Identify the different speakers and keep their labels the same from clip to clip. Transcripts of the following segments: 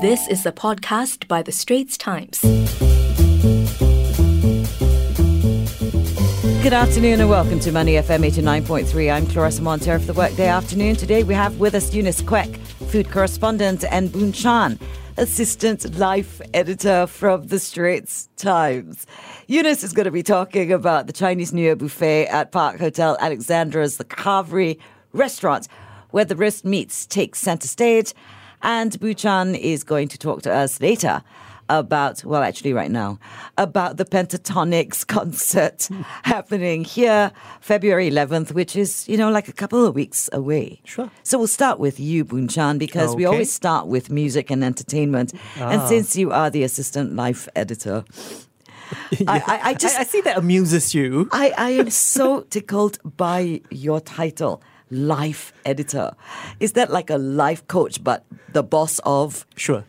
Speaker 1: This is a podcast by The Straits Times.
Speaker 2: Good afternoon and welcome to Money FM 89.3. I'm Clarissa Montero for the workday afternoon. Today we have with us Eunice Queck, food correspondent, and Boon Chan, assistant life editor from the Straits Times. Eunice is going to be talking about the Chinese New Year buffet at Park Hotel Alexandra's The Carvery restaurant, where the roast meats take center stage. And Buchan is going to talk to us later about, well, actually, right now, about the Pentatonics concert happening here February 11th, which is, you know, like a couple of weeks away.
Speaker 3: Sure.
Speaker 2: So we'll start with you, Bunchan, because we
Speaker 3: Okay. Ah.
Speaker 2: always start with music and entertainment. And since you are the assistant life editor, I, I, I just
Speaker 3: I, I see that amuses you.
Speaker 2: I, I am so tickled by your title, Life Editor. Is that like a life coach, but the boss of?
Speaker 3: Sure.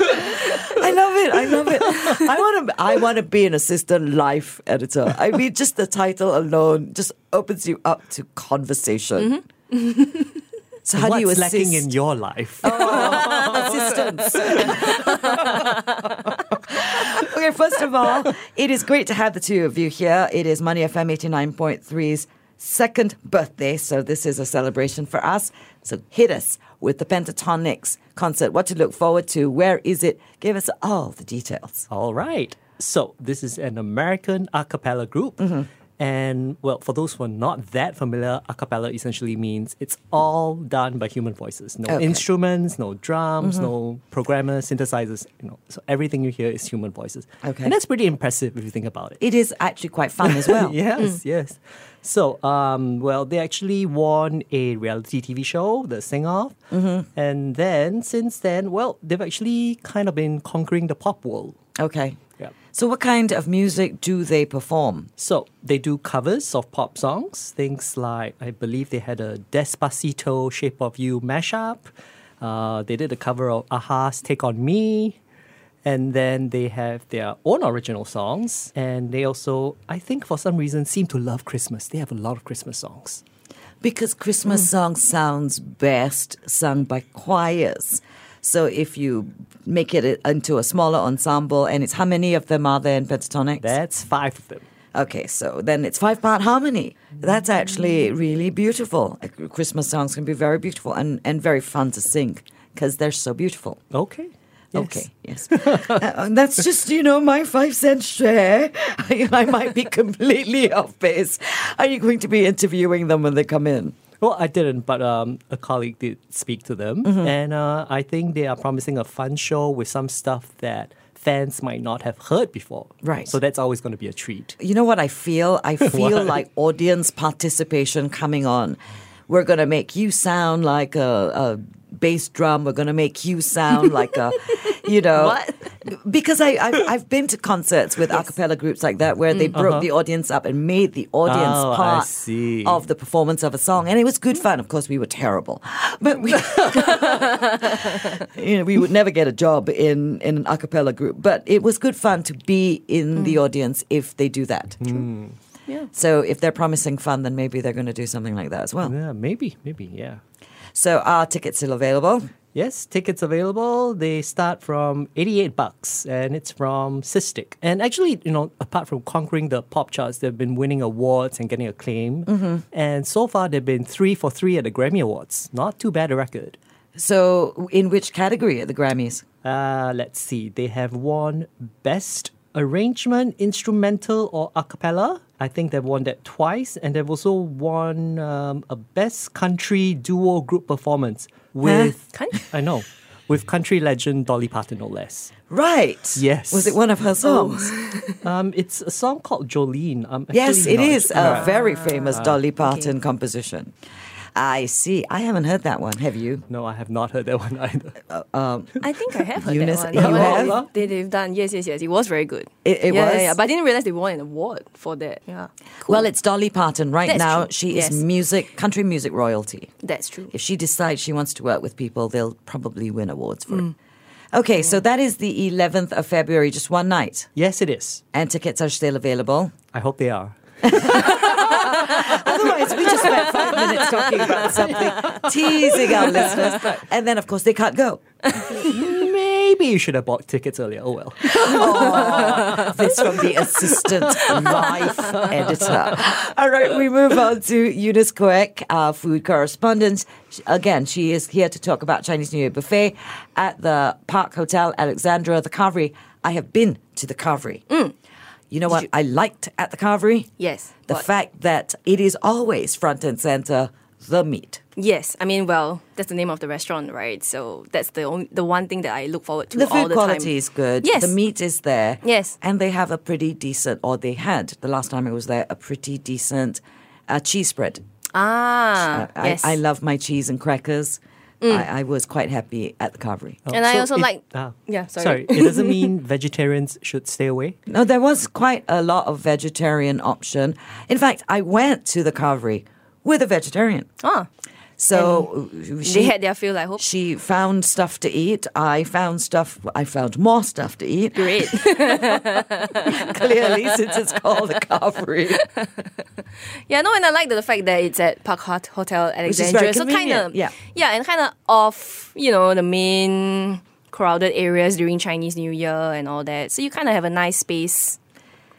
Speaker 2: I love it. I love it. I want to. I want to be an assistant life editor. I mean, just the title alone just opens you up to conversation. so how
Speaker 3: Mm-hmm. What's
Speaker 2: do you assist? Oh.
Speaker 3: lacking in your life?
Speaker 2: assistance. okay, first of all, it is great to have the two of you here. It is Money FM 89.3's second birthday, so this is a celebration for us. So hit us with the Pentatonics concert. What to look forward to? Where is it? Give us all the details.
Speaker 3: All right. So this is an American a cappella group.
Speaker 2: Mm-hmm.
Speaker 3: And well, for those who are not that familiar, a cappella essentially means it's all done by human voices. No
Speaker 2: Okay. Mm-hmm.
Speaker 3: instruments, no drums, no programmers, synthesizers, you know. So everything you hear is human voices.
Speaker 2: Okay.
Speaker 3: And that's pretty impressive if you think about it.
Speaker 2: It is actually quite fun as well.
Speaker 3: yes, yes. So, um, well, they actually won a reality TV show, The Sing Off. And then, since then, well, they've actually kind of been conquering the pop world.
Speaker 2: Okay.
Speaker 3: Yeah.
Speaker 2: So, what kind of music do they perform?
Speaker 3: So, they do covers of pop songs, things like I believe they had a Despacito Shape of You mashup. Uh, they did a cover of Aha's Take on Me. And then they have their own original songs. And they also, I think for some reason, seem to love Christmas. They have a lot of Christmas songs.
Speaker 2: Because Christmas song sounds best sung by choirs. So if you make it a- into a smaller ensemble, and it's how many of them are there in pentatonics?
Speaker 3: That's five of them.
Speaker 2: Okay, so then it's five part harmony. That's actually really beautiful. Uh, Christmas songs can be very beautiful and, and very fun to sing because they're so beautiful.
Speaker 3: Okay.
Speaker 2: Okay, yes. Uh, that's just, you know, my five cent share. I, I might be completely off base. Are you going to be interviewing them when they come in?
Speaker 3: Well, I didn't, but um, a colleague did speak to them,
Speaker 2: Mm-hmm.
Speaker 3: and uh, I think they are promising a fun show with some stuff that fans might not have heard before.
Speaker 2: Right.
Speaker 3: So that's always going to be a treat.
Speaker 2: You know what I feel? I feel
Speaker 3: What?
Speaker 2: like audience participation coming on. We're going to make you sound like a, a bass drum. We're going to make you sound like a, you know.
Speaker 1: What?
Speaker 2: Because I, I've, I've been to concerts with a cappella groups like that where they broke the audience up and made the audience
Speaker 3: Uh-huh. Oh, I
Speaker 2: part
Speaker 3: see.
Speaker 2: of the performance of a song. And it was good fun. Of course, we were terrible. But we. you know, we would never get a job in, in an a cappella group, but it was good fun to be in the audience if they do that.
Speaker 1: Mm. Yeah.
Speaker 2: So if they're promising fun, then maybe they're going to do something like that as well.
Speaker 3: Yeah, maybe, maybe, yeah.
Speaker 2: So are tickets still available?
Speaker 3: Yes, tickets available. They start from 88 bucks and it's from Cystic. And actually, you know, apart from conquering the pop charts, they've been winning awards and getting acclaim.
Speaker 2: Mm-hmm.
Speaker 3: And so far, they've been three for three at the Grammy Awards. Not too bad a record.
Speaker 2: So in which category at the Grammys?
Speaker 3: Uh, let's see. They have won Best Arrangement, Instrumental, or A Cappella. I think they've won that twice. And they've also won um, a Best Country Duo Group Performance with.
Speaker 1: Country?
Speaker 3: I know. With country legend Dolly Parton, no less.
Speaker 2: Right.
Speaker 3: Yes.
Speaker 2: Was it one
Speaker 1: Oh.
Speaker 2: of her songs?
Speaker 3: Um, it's a song called Jolene. Um,
Speaker 2: Yes,
Speaker 3: actually
Speaker 2: it
Speaker 3: not-
Speaker 2: is a
Speaker 1: Ah.
Speaker 3: Right.
Speaker 2: very famous Dolly Parton composition. I see. I haven't heard that one. Have you?
Speaker 3: No, I have not heard that one either.
Speaker 1: I think I have heard
Speaker 2: Eunice,
Speaker 1: that
Speaker 2: you
Speaker 1: one.
Speaker 2: have?
Speaker 1: one They, they've done. Yes, yes, yes. It was very good.
Speaker 2: It- it
Speaker 1: yeah,
Speaker 2: was?
Speaker 1: Yeah, yeah. But I didn't realize they won an award for that. Yeah.
Speaker 2: Well, it's Dolly Parton right
Speaker 1: That's
Speaker 2: now.
Speaker 1: true.
Speaker 2: She
Speaker 1: Yes.
Speaker 2: is music, country music royalty.
Speaker 1: That's true.
Speaker 2: If she decides she wants to work with people, they'll probably win awards for it. Okay, so that is the 11th of February, just one night.
Speaker 3: Yes, it is.
Speaker 2: And tickets are still available.
Speaker 3: I hope they are.
Speaker 2: Otherwise, we just spent five minutes talking about something, teasing our listeners, and then of course they can't go.
Speaker 3: Maybe you should have bought tickets earlier. Oh well.
Speaker 2: This from the assistant life editor. All right, we move on to Eunice Quirk, our food correspondent. Sh- Again, she is here to talk about Chinese New Year buffet at the Park Hotel Alexandra, the Carvery. I have been to the Carvery. You know what I liked at the Carvery?
Speaker 1: Yes.
Speaker 2: The
Speaker 1: What?
Speaker 2: fact that it is always front and center the meat.
Speaker 1: Yes, I mean, well, that's the name of the restaurant, right? So that's the only, the one thing that I look forward to
Speaker 2: The
Speaker 1: all
Speaker 2: food
Speaker 1: the
Speaker 2: quality
Speaker 1: time.
Speaker 2: is good.
Speaker 1: Yes.
Speaker 2: The meat is there.
Speaker 1: Yes.
Speaker 2: And they have a pretty decent, or they had the last time I was there, a pretty decent uh, cheese spread. Uh,
Speaker 1: Ah,
Speaker 2: I,
Speaker 1: yes.
Speaker 2: I love my cheese and crackers. I, I was quite happy at the carvery.
Speaker 1: And I also
Speaker 3: it-
Speaker 1: like-
Speaker 3: ah.
Speaker 1: Yeah, sorry.
Speaker 3: It doesn't mean vegetarians should stay away.
Speaker 2: No, there was quite a lot of vegetarian option. In fact, I went to the carvery with a vegetarian.
Speaker 1: Ah,
Speaker 2: So she,
Speaker 1: they had their feel, I hope.
Speaker 2: she found stuff to eat. I found stuff. I found more stuff to eat.
Speaker 1: Great.
Speaker 2: Clearly, since it's called the carvery.
Speaker 1: yeah, no, and I like the fact that it's at Park Hot Hotel
Speaker 2: is very
Speaker 1: Alexandra. so kind
Speaker 2: convenient,
Speaker 1: of,
Speaker 2: yeah.
Speaker 1: yeah, and kind of off, you know, the main crowded areas during Chinese New Year and all that. So you kind of have a nice space.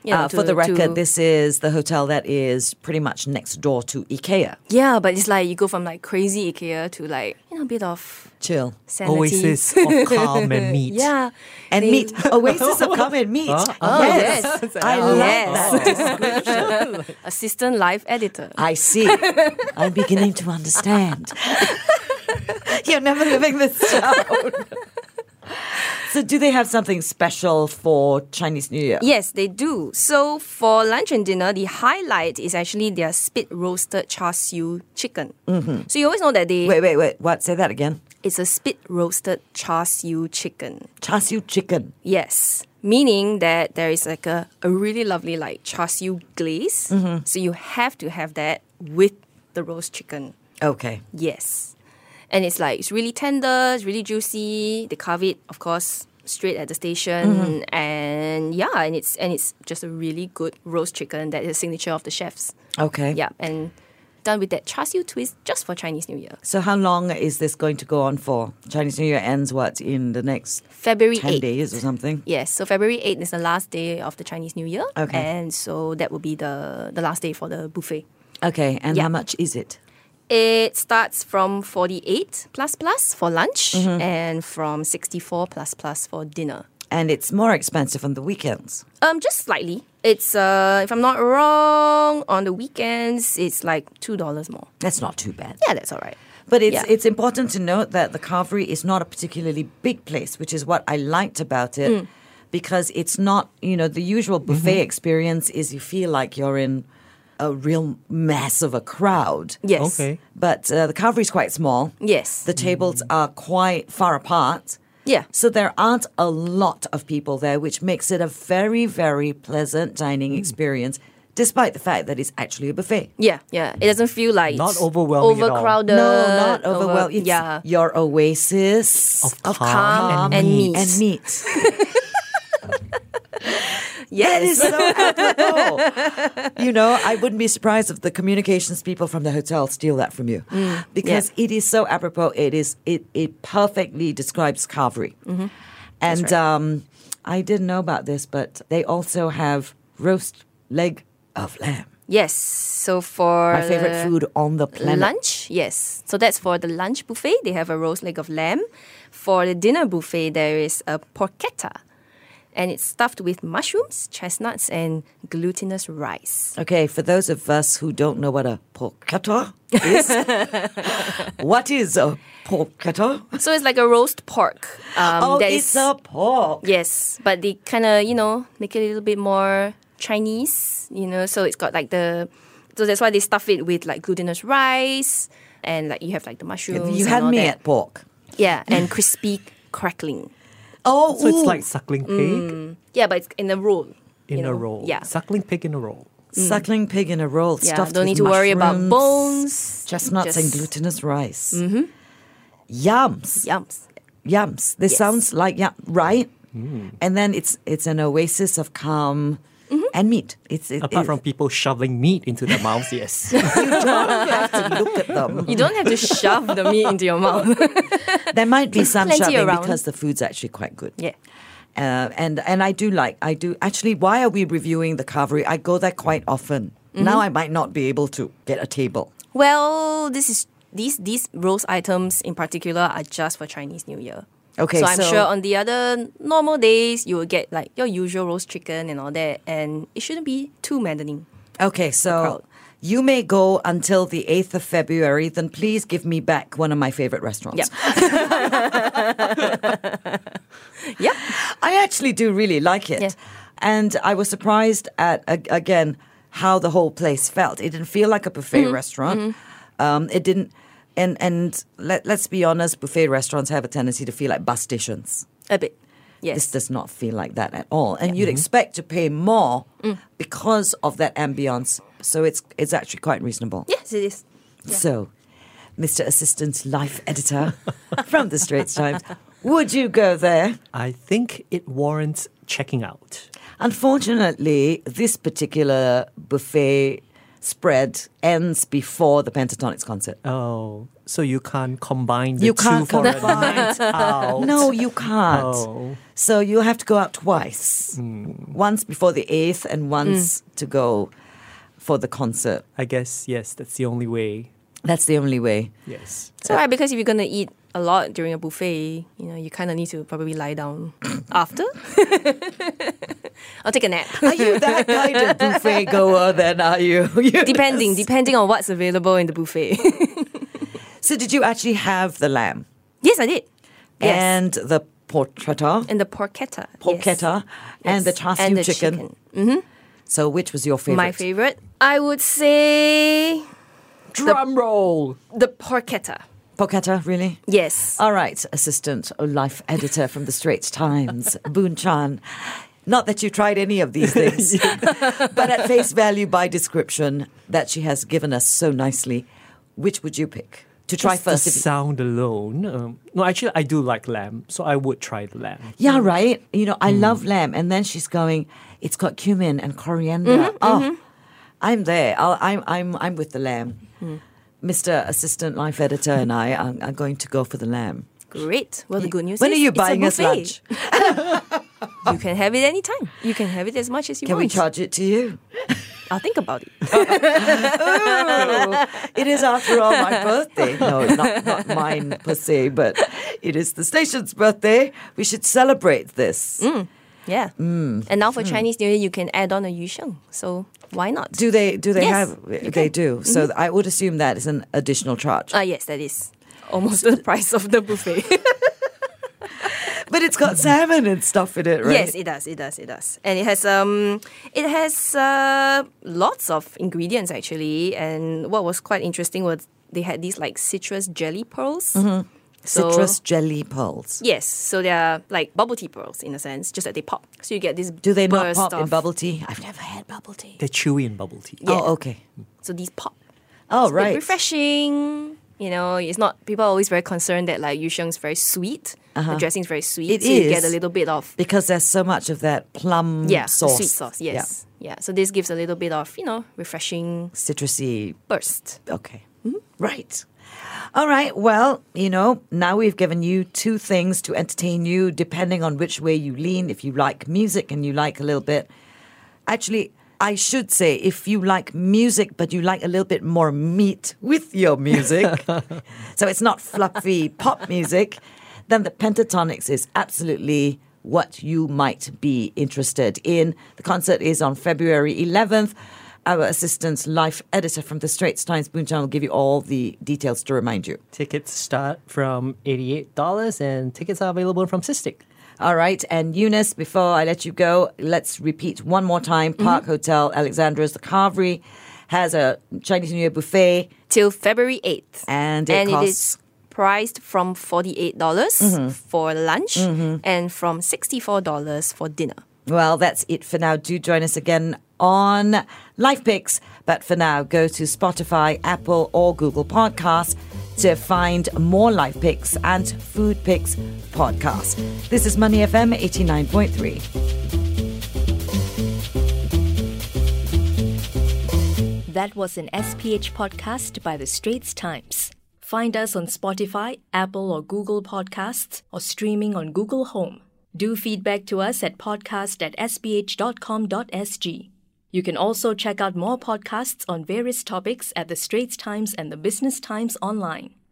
Speaker 1: You know,
Speaker 2: Uh, for
Speaker 1: to-
Speaker 2: the record,
Speaker 1: to-
Speaker 2: this is the hotel that is pretty much next door to IKEA.
Speaker 1: Yeah, but it's like you go from like crazy IKEA to like you know a bit of
Speaker 2: Chill.
Speaker 1: sanity.
Speaker 3: Oasis of calm and meat.
Speaker 1: Yeah,
Speaker 2: And
Speaker 1: They-
Speaker 2: meat. Oasis of Come and Meat.
Speaker 1: Oh
Speaker 2: yes.
Speaker 1: yes,
Speaker 2: I love
Speaker 1: yes. Assistant life editor.
Speaker 2: I see. I'm beginning to understand. You're never living this down. so, do they have something special for Chinese New Year?
Speaker 1: Yes, they do. So for lunch and dinner, the highlight is actually their spit roasted char siu chicken.
Speaker 2: Mm-hmm.
Speaker 1: So you always know that they
Speaker 2: Wait, wait, wait. What? Say that again.
Speaker 1: it's a spit roasted char siu chicken.
Speaker 2: Char siu chicken.
Speaker 1: Yes. Meaning that there is like a, a really lovely like char siu glaze. So you have to have that with the roast chicken.
Speaker 2: Okay.
Speaker 1: Yes. And it's like, it's really tender, it's really juicy. They carve it, of course, straight at the station. And yeah, and it's and it's just a really good roast chicken that is a signature of the chefs.
Speaker 2: Okay.
Speaker 1: Yeah, and done with that char siu twist just for Chinese New Year.
Speaker 2: So, how long is this going to go on for? Chinese New Year ends what in the next
Speaker 1: February
Speaker 2: 10
Speaker 1: 8th.
Speaker 2: days or something?
Speaker 1: Yes, so February 8th is the last day of the Chinese New Year.
Speaker 2: Okay.
Speaker 1: And so that will be the, the last day for the buffet.
Speaker 2: Okay. And
Speaker 1: Yeah.
Speaker 2: how much is it?
Speaker 1: It starts from 48 plus plus for lunch
Speaker 2: Mm-hmm.
Speaker 1: and from 64 plus plus for dinner.
Speaker 2: And it's more expensive on the weekends.
Speaker 1: Um, just slightly. It's uh, if I'm not wrong, on the weekends it's like two dollars more.
Speaker 2: That's not too bad.
Speaker 1: Yeah, that's all right.
Speaker 2: But it's
Speaker 1: Yeah.
Speaker 2: it's important to note that the carvery is not a particularly big place, which is what I liked about it,
Speaker 1: Mm.
Speaker 2: because it's not you know the usual
Speaker 1: Mm-hmm.
Speaker 2: buffet experience is you feel like you're in a real mass of a crowd.
Speaker 1: Yes.
Speaker 3: Okay.
Speaker 2: But uh, the carvery is quite small.
Speaker 1: Yes. Mm.
Speaker 2: The tables are quite far apart.
Speaker 1: yeah.
Speaker 2: So there aren't a lot of people there, which makes it a very, very pleasant
Speaker 1: Mm.
Speaker 2: dining experience, despite the fact that it's actually a buffet.
Speaker 1: Yeah. Yeah. It doesn't feel like
Speaker 3: Not
Speaker 1: it's
Speaker 3: overwhelming at all.
Speaker 1: Overcrowded.
Speaker 2: No, not overwhelmed.
Speaker 1: Over,
Speaker 2: It's
Speaker 1: yeah.
Speaker 2: your oasis
Speaker 3: Of
Speaker 1: Calm
Speaker 3: calm
Speaker 1: and
Speaker 3: meat.
Speaker 1: meat.
Speaker 2: and meat. that is
Speaker 1: Yes.
Speaker 2: so applicable. you know, I wouldn't be surprised if the communications people from the hotel steal that from you
Speaker 1: Mm,
Speaker 2: because it is so apropos. It is it it perfectly describes Carvery,
Speaker 1: Mm-hmm.
Speaker 2: and um, I didn't know about this, but they also have roast leg of lamb.
Speaker 1: Yes. So for
Speaker 2: My favorite
Speaker 1: the
Speaker 2: food on the planet.
Speaker 1: Lunch, yes. So that's for the lunch buffet. They have a roast leg of lamb. For the dinner buffet, there is a porchetta, and it's stuffed with mushrooms, chestnuts, and glutinous rice.
Speaker 2: Okay, for those of us who don't know what a porchetta is, what is a porchetta?
Speaker 1: So it's like a roast pork. Um,
Speaker 2: oh,
Speaker 1: that
Speaker 2: it's
Speaker 1: is-
Speaker 2: a pork.
Speaker 1: yes, but they kind of you know make it a little bit more Chinese. You know, so it's got like the so that's why they stuff it with like glutinous rice and like you have like the mushrooms.
Speaker 2: You
Speaker 1: and
Speaker 2: had
Speaker 1: all
Speaker 2: me
Speaker 1: that.
Speaker 2: at pork.
Speaker 1: yeah, and crispy crackling.
Speaker 2: Oh,
Speaker 3: So it's
Speaker 2: ooh,
Speaker 3: like suckling pig
Speaker 1: Yeah, but it's in a roll. Mm, you
Speaker 3: in a
Speaker 1: know.
Speaker 3: roll.
Speaker 1: Yeah.
Speaker 3: Suckling pig in a roll.
Speaker 2: suckling pig in a roll.
Speaker 1: mm. Yeah,
Speaker 2: stuffed
Speaker 1: don't
Speaker 2: with
Speaker 1: need to worry about
Speaker 2: mushrooms,
Speaker 1: bones.
Speaker 2: chestnuts, and
Speaker 1: just-
Speaker 2: glutinous rice. Mm-hmm. Yums,
Speaker 1: Yums.
Speaker 2: yums. This
Speaker 1: Yes.
Speaker 3: Mm.
Speaker 2: sounds like yum, right? And then it's it's an oasis of calm
Speaker 1: Mm-hmm.
Speaker 2: and meat. It's it,
Speaker 3: Apart
Speaker 2: it-
Speaker 3: from people shoveling meat into their mouths, yes.
Speaker 2: you don't have to look at them.
Speaker 1: You don't have to shove the meat into your mouth.
Speaker 2: There might be some
Speaker 1: plenty
Speaker 2: shoving
Speaker 1: around.
Speaker 2: because the food's actually quite good.
Speaker 1: yeah.
Speaker 2: Uh, and and I do like I do actually. Why are we reviewing the Carvery? I go there quite often.
Speaker 1: Mm-hmm.
Speaker 2: Now I might not be able to get a table.
Speaker 1: Well, this is these these roast items in particular are just for Chinese New Year.
Speaker 2: Okay,
Speaker 1: so I'm
Speaker 2: so-
Speaker 1: sure on the other normal days you will get like your usual roast chicken and all that, and it shouldn't be too maddening.
Speaker 2: Okay, so
Speaker 1: crowd.
Speaker 2: you may go until the eighth of February. Then please give me back one of my favorite restaurants.
Speaker 1: Yeah. yeah.
Speaker 2: I actually do really like it.
Speaker 1: Yeah.
Speaker 2: And I was surprised at, ag- again, how the whole place felt. It didn't feel like a buffet
Speaker 1: Mm-hmm.
Speaker 2: restaurant. Um, it didn't, and, and let, let's be honest, buffet restaurants have a tendency to feel like bus stations.
Speaker 1: A bit.
Speaker 2: This
Speaker 1: Yes. Mm-hmm.
Speaker 2: does not feel like that at all. And you'd expect to pay more
Speaker 1: Mm.
Speaker 2: because of that ambience. So it's, it's actually quite reasonable.
Speaker 1: yes, it is.
Speaker 2: So, Mr. Assistant Life Editor from the Straits Times, would you go there?
Speaker 3: I think it warrants checking out.
Speaker 2: Unfortunately, this particular buffet spread ends before the Pentatonics concert.
Speaker 3: Oh, so you can't combine the
Speaker 2: You
Speaker 3: 2
Speaker 2: can't
Speaker 3: for a
Speaker 2: combine.
Speaker 3: night out.
Speaker 2: No, you can't.
Speaker 3: Oh.
Speaker 2: So you have to go out twice. Once before the 8th and once to go for the concert.
Speaker 3: I guess yes, that's the only way.
Speaker 2: That's the only way.
Speaker 3: Yes.
Speaker 1: It's alright because if you're gonna eat a lot during a buffet, you know, you kinda need to probably lie down after. or take a nap.
Speaker 2: Are you that kind of buffet goer then, are you? You-
Speaker 1: depending, depending on what's available in the buffet.
Speaker 2: So did you actually have the lamb
Speaker 1: yes, I did. Yes.
Speaker 2: and the porchetta,
Speaker 1: and the porchetta. yes.
Speaker 2: porchetta and the char siu
Speaker 1: And the
Speaker 2: chicken. So which was your favorite?
Speaker 1: My favorite, I would say
Speaker 3: Drum roll.
Speaker 1: the porchetta.
Speaker 2: Porchetta, really?
Speaker 1: Yes.
Speaker 2: All right, assistant or life editor from the Straits Times, Boon Chan. Not that you tried any of these things, but at face value by description that she has given us so nicely, which would you pick to try
Speaker 3: The
Speaker 2: first? if you-
Speaker 3: sound alone. Um, no, actually, I do like lamb, so I would try the lamb.
Speaker 2: yeah,
Speaker 1: Mm.
Speaker 2: right. You know, I love lamb, and then she's going. It's got cumin and coriander.
Speaker 1: Mm-hmm,
Speaker 2: oh, I'm there. I'll, I'm I'm I'm with the lamb.
Speaker 1: Mm.
Speaker 2: Mister Assistant Life Editor and I are, are going to go for the lamb.
Speaker 1: Great. Well, the good news
Speaker 2: When
Speaker 1: is
Speaker 2: are you
Speaker 1: it's a
Speaker 2: buying us
Speaker 1: buffet.
Speaker 2: lunch? Oh.
Speaker 1: You can have it anytime. You can have it as much as you
Speaker 2: Can we
Speaker 1: want.
Speaker 2: charge it to you?
Speaker 1: I'll think about it.
Speaker 2: It is, after all, my birthday. No, not, not mine per se, but it is the station's birthday. We should celebrate this.
Speaker 1: Mm. Yeah.
Speaker 2: Mm.
Speaker 1: And now for Chinese New Year, you can add on a yusheng. So why not?
Speaker 2: Do they? Do they
Speaker 1: Yes, Mm-hmm.
Speaker 2: have? They do. So I would assume that is an additional charge.
Speaker 1: ah, yes, that is almost the price of the buffet.
Speaker 2: but it's got salmon and stuff in it, right?
Speaker 1: mm-hmm. Yes, it does. It does. It does. And it has um, it has uh, lots of ingredients actually. And what was quite interesting was they had these like citrus jelly pearls. So-
Speaker 2: Mm-hmm. Citrus jelly pearls.
Speaker 1: Yes, so they are like bubble tea pearls in a sense, just that they pop. So you get this.
Speaker 2: Do they not
Speaker 1: burst
Speaker 2: pop in
Speaker 1: of-
Speaker 2: bubble tea? I've never had bubble tea.
Speaker 3: They're chewy in bubble tea.
Speaker 1: Yeah.
Speaker 2: Oh, okay.
Speaker 1: So these pop.
Speaker 2: Oh,
Speaker 1: They're
Speaker 2: right.
Speaker 1: refreshing. You know, it's not. People are always very concerned that like yusheng's very sweet. The dressing's very sweet.
Speaker 2: Uh-huh. It
Speaker 1: so you get
Speaker 2: is.
Speaker 1: a little bit of
Speaker 2: Because there's so much of that plum
Speaker 1: yeah
Speaker 2: sauce.
Speaker 1: sweet sauce.
Speaker 2: Yeah.
Speaker 1: Yes, yeah. So this gives a little bit of you know refreshing
Speaker 2: Citrusy
Speaker 1: burst.
Speaker 2: Okay. Mm-hmm. Right. All right. Well, you know, now we've given you two things to entertain you, depending on which way you lean. If you like music and you like a little bit, actually, I should say, if you like music, but you like a little bit more meat with your music, so it's not fluffy pop music, then the pentatonics is absolutely what you might be interested in. The concert is on February 11th. Our assistant, life editor from the Straits Times, Boonjan, will give you all the details to remind you.
Speaker 3: Tickets start from $88 and tickets are available from Cystic.
Speaker 2: All right, and Eunice, before I let you go, let's repeat one more time. Park Hotel, Alexandra's, the Carvery has a Chinese New Year buffet.
Speaker 1: till February 8th.
Speaker 2: And it costs- Mm-hmm.
Speaker 1: is priced from $48 dollars for lunch and from $64 for dinner.
Speaker 2: Well, that's it for now. Do join us again on Life Picks. But for now, go to Spotify, Apple, or Google Podcasts to find more Life Picks and Food Picks podcasts. This is Money FM 89.3.
Speaker 4: That was an SPH podcast by The Straits Times. Find us on Spotify, Apple or Google Podcasts, or streaming on Google Home. Do feedback to us at podcast at sph.com.sg. You can also check out more podcasts on various topics at The Straits Times and The Business Times online.